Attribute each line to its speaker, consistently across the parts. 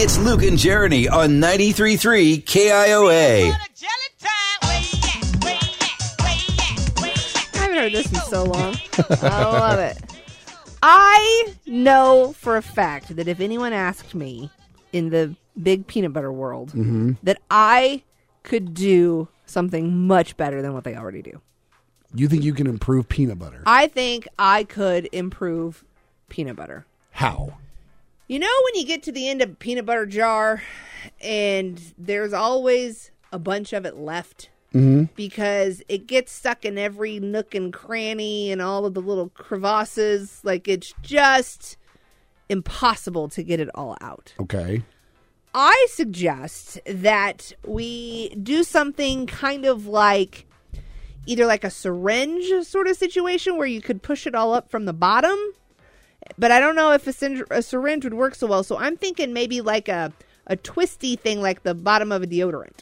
Speaker 1: It's Luke and Jeremy on 93.3 KIOA.
Speaker 2: I haven't heard this in so long. I love it. I know for a fact that if anyone asked me in the big peanut butter world
Speaker 3: Mm-hmm.
Speaker 2: that I could do something much better than what they already do.
Speaker 3: You think you can improve peanut butter?
Speaker 2: I think I could improve peanut butter.
Speaker 3: How?
Speaker 2: You know when you get to the end of a peanut butter jar and there's always a bunch of it left because it gets stuck in every nook and cranny and all of the little crevasses like it's just impossible to get it all out.
Speaker 3: Okay.
Speaker 2: I suggest that we do something kind of like either like a syringe sort of situation where you could push it all up from the bottom. But I don't know if a, syringe, a syringe would work so well. So I'm thinking maybe like a, a twisty thing like the bottom of a deodorant.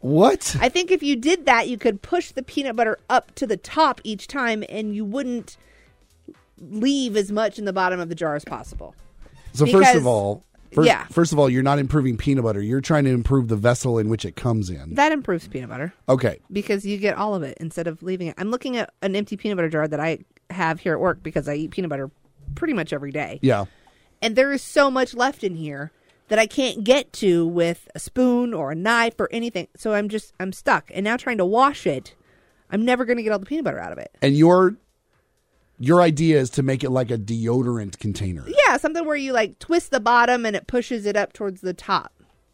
Speaker 3: What?
Speaker 2: I think if you did that, you could push the peanut butter up to the top each time and you wouldn't leave as much in the bottom of the jar as possible.
Speaker 3: So first
Speaker 2: because-
Speaker 3: of all, first,
Speaker 2: yeah.
Speaker 3: first of all, you're not improving peanut butter. You're trying to improve the vessel in which it comes in.
Speaker 2: That improves peanut butter.
Speaker 3: Okay.
Speaker 2: because you get all of it instead of leaving it. I'm looking at an empty peanut butter jar that I have here at work because I eat peanut butter pretty much every day.
Speaker 3: Yeah.
Speaker 2: And there is so much left in here that I can't get to with a spoon or a knife or anything. So I'm just I'm stuck. And now trying to wash it, I'm never going to get all the peanut butter out of it.
Speaker 3: And your your idea is to make it like a deodorant container.
Speaker 2: Yeah, something where you like twist the bottom and it pushes it up towards the top.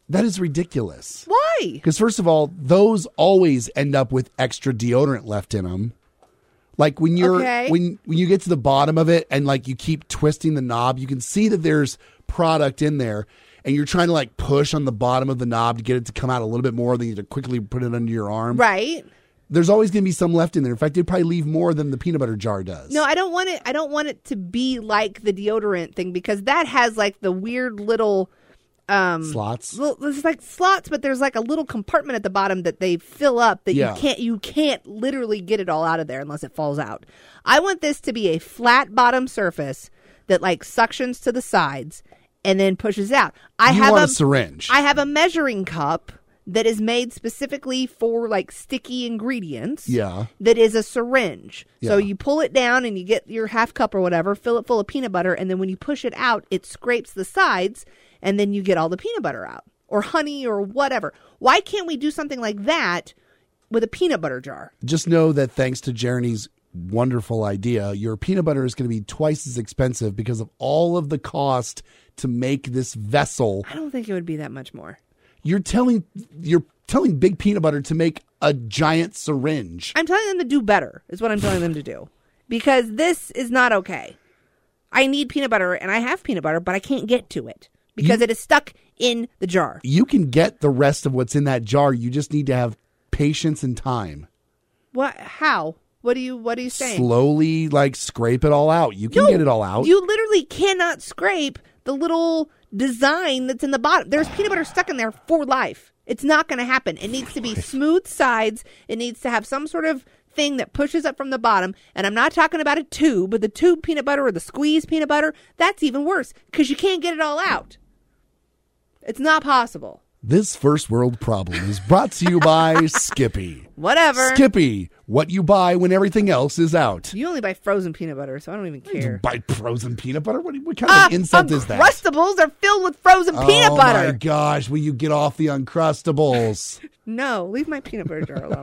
Speaker 3: That is ridiculous.
Speaker 2: Why?
Speaker 3: Because first of all, those always end up with extra deodorant left in them. Like when you're
Speaker 2: Okay.
Speaker 3: when when you get to the bottom of it and like you keep twisting the knob, you can see that there's product in there, and you're trying to like push on the bottom of the knob to get it to come out a little bit more. Then you have to quickly put it under your arm.
Speaker 2: Right?
Speaker 3: There's always going to be some left in there. In fact, it'd probably leave more than the peanut butter jar does.
Speaker 2: No, I don't want it. I don't want it to be like the deodorant thing because that has like the weird little um
Speaker 3: slots.
Speaker 2: Well, it's like slots, but there's like a little compartment at the bottom that they fill up that
Speaker 3: Yeah.
Speaker 2: you can't you can't literally get it all out of there unless it falls out. I want this to be a flat bottom surface that like suctions to the sides and then pushes out. I
Speaker 3: You
Speaker 2: have
Speaker 3: want a syringe.
Speaker 2: I have a measuring cup that is made specifically for like sticky ingredients
Speaker 3: Yeah.
Speaker 2: that is a syringe. So
Speaker 3: Yeah.
Speaker 2: you pull it down and you get your half cup or whatever, fill it full of peanut butter, and then when you push it out, it scrapes the sides, and then you get all the peanut butter out or honey or whatever. Why can't we do something like that with a peanut butter jar?
Speaker 3: Just know that thanks to Jeremy's wonderful idea, your peanut butter is going to be twice as expensive because of all of the cost to make this vessel.
Speaker 2: I don't think it would be that much more.
Speaker 3: You're telling you're telling Big Peanut Butter to make a giant syringe.
Speaker 2: I'm telling them to do better, is what I'm telling them to do. Because this is not okay. I need peanut butter and I have peanut butter, but I can't get to it because it is stuck in the jar.
Speaker 3: You can get the rest of what's in that jar. You just need to have patience and time.
Speaker 2: What how? What do you what are you saying?
Speaker 3: Slowly like scrape it all out. You can
Speaker 2: No,
Speaker 3: get it all out.
Speaker 2: You literally cannot scrape the little design that's in the bottom. There's peanut butter stuck in there for life. It's not going to happen. It needs to be smooth sides. It needs to have some sort of thing that pushes up from the bottom. And I'm not talking about a tube, but the tube peanut butter or the squeeze peanut butter, that's even worse because you can't get it all out. It's not possible.
Speaker 3: this first world problem is brought to you by Skippy.
Speaker 2: Whatever.
Speaker 3: Skippy, what you buy when everything else is out.
Speaker 2: You only buy frozen peanut butter, so I don't even care.
Speaker 3: Buy frozen peanut butter? What, what kind
Speaker 2: Ah,
Speaker 3: of insult is that?
Speaker 2: Uncrustables are filled with frozen peanut
Speaker 3: oh
Speaker 2: butter.
Speaker 3: my gosh, will you get off the Uncrustables?
Speaker 2: No, leave my peanut butter jar alone.